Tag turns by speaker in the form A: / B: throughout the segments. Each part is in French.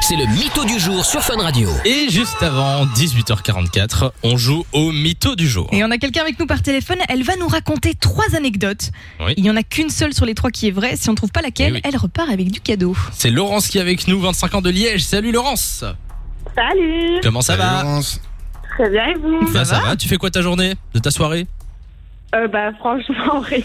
A: c'est le mytho du jour sur Fun Radio.
B: Et juste avant 18h44, on joue au mytho du jour.
C: Et on a quelqu'un avec nous par téléphone, elle va nous raconter trois anecdotes.
B: Oui.
C: Il n'y en a qu'une seule sur les trois qui est vraie, si on ne trouve pas laquelle,
B: Eh oui.
C: elle repart avec du cadeau.
B: C'est Laurence qui est avec nous, 25 ans de Liège. Salut Laurence
D: Salut,
B: Comment ça
E: Salut,
B: va
E: Laurence.
D: très bien et vous
B: Bah, Ça va Tu fais quoi de ta journée De ta soirée
D: euh, Bah franchement rien,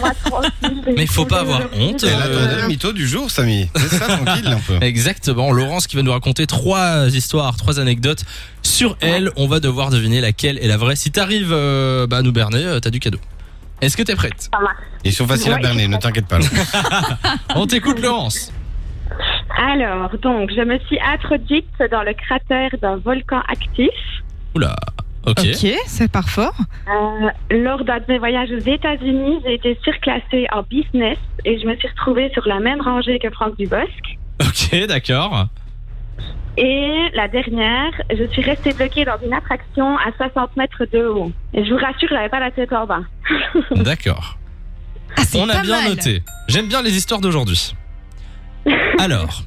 D: moi tranquille.
B: Mais faut pas avoir honte.
E: Elle a
B: Euh,
E: Eh, donné le mytho du jour, Samy. C'est ça, tranquille un peu.
B: Exactement, Laurence qui va nous raconter trois histoires, trois anecdotes sur elle. On va devoir deviner laquelle est la vraie. Si t'arrives euh, bah, à nous berner, euh, t'as du cadeau. Est-ce que t'es prête
E: Ils sont faciles à
D: Ouais.
E: berner, ne t'inquiète pas. Laurence.
B: On t'écoute Laurence
D: Alors donc je me suis introduite dans le cratère d'un volcan actif
B: Oula, ok.
C: Ok, c'est par fort.
D: Euh, lors d'un de mes voyages aux États-Unis. J'ai été surclassée en business et je me suis retrouvée sur la même rangée que Franck Dubosc.
B: Ok, d'accord.
D: Et la dernière, je suis restée bloquée dans une attraction à 60 mètres de haut. Et je vous rassure, j'avais pas la tête en bas.
B: D'accord.
C: Ah, c'est
B: On a
C: pas
B: bien
C: mal.
B: noté. J'aime bien les histoires d'aujourd'hui. Alors,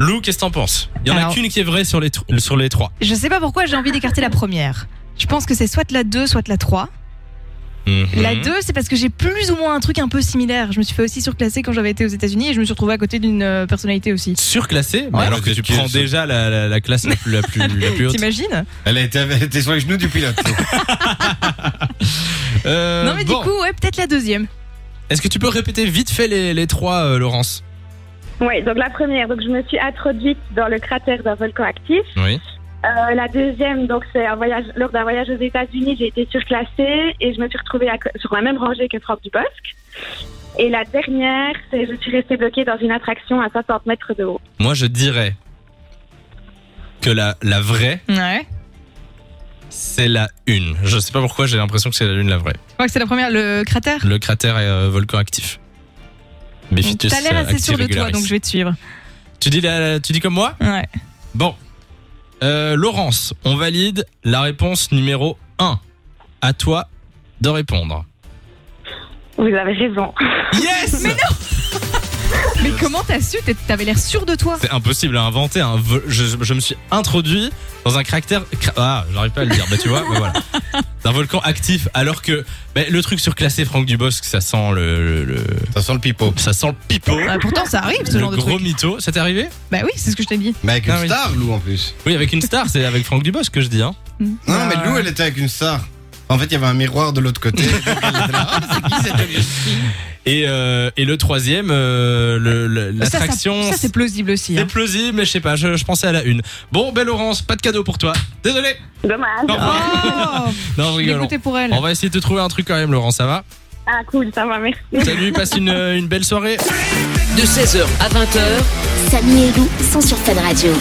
B: Lou, qu'est-ce que t'en penses Il y en
C: Alors-
B: a qu'une qui est vraie sur les, tr- sur les trois.
C: Je sais pas pourquoi j'ai envie d'écarter la première. Je pense que c'est soit la 2, soit la 3.
B: Mhm.
C: La 2, c'est parce que j'ai plus ou moins un truc un peu similaire. Je me suis fait aussi surclasser quand j'avais été aux États-Unis et je me suis retrouvée à côté d'une euh, personnalité aussi.
B: Surclassée, mais
E: Ouais.
B: alors que
E: Vous
B: tu
E: êtes qui,
B: prends
E: ça
B: déjà la, la- la classe la plus, la plus, la plus haute.
C: T'imagines
E: Elle a été- elle était sur les genoux du pilote.
B: Euh,
C: Non, mais
B: bon.
C: du coup, ouais, peut-être la deuxième.
B: Est-ce que tu peux répéter vite fait les, les trois, euh, Laurence
D: Oui, donc la première, donc je me suis introduite dans le cratère d'un volcan actif.
B: Oui.
D: Euh, la deuxième, donc c'est un voyage lors d'un voyage aux États-Unis, j'ai été surclassée et je me suis retrouvée à co- sur la même rangée que Franck Dubosc. Et la dernière, c'est je suis restée bloquée dans une attraction à 60 mètres de haut.
B: Moi, je dirais que la, la vraie,
C: Ouais.
B: c'est la une. Je sais pas pourquoi, j'ai l'impression que c'est la une la vraie.
C: Je crois que c'est la première, le cratère.
B: Le cratère est euh, volcan actif. euh, Béphitus
C: T'as l'air assez
B: acti
C: sûr de toi,
B: regularis.
C: donc je vais te suivre.
B: Tu dis, la- tu dis comme moi
C: Ouais.
B: Bon. Euh, Laurence, on valide la réponse numéro 1. À toi de répondre.
D: Vous avez raison.
B: Yes
C: Mais comment t'as su T'es- T'avais l'air sûr de toi.
B: C'est impossible à inventer. hein. Vo- Je, je me suis introduit dans un caractère. cra- Ah, j'arrive pas à le dire. Bah, tu vois, bah, voilà. D'un volcan actif, alors que bah, le truc surclassé Franck Dubosc, ça sent le, le- le-
E: Ça sent le pipeau.
B: ça sent le pipeau.
C: Ah, pourtant, ça arrive ce
B: le
C: genre de
B: gros
C: truc.
B: mytho. Ça t'est arrivé
C: Bah oui, c'est ce que je t'ai dit.
E: Mais avec
B: Ah
E: une
B: oui.
E: star, Lou, en plus.
B: Oui, avec une star, c'est avec Franck Dubosc que je dis. Hein.
E: Non, non, mais Lou, elle était avec une star. En fait, il y avait un miroir de l'autre côté. donc elle était là, Ah, c'est qui cette vieille fille
B: Et, euh, et le troisième, euh, le- le-
C: Ça, ça-
B: l'attraction.
C: Ça, c'est plausible aussi.
B: C'est
C: hein.
B: plausible, mais je sais pas, je, je pensais à la une. Bon, ben Laurence, pas de cadeau pour toi. Désolé.
D: Dommage.
B: Non, non
C: Oh
B: je
C: Je l'ai
B: rigole.
C: goûté pour elle.
B: On va essayer de te trouver un truc quand même, Laurent, ça va
D: Ah cool, ça va, merci.
B: Salut, passe une, euh, une belle soirée.
A: De 16h à 20h,
F: Samy et Lou sont sur Fun Radio.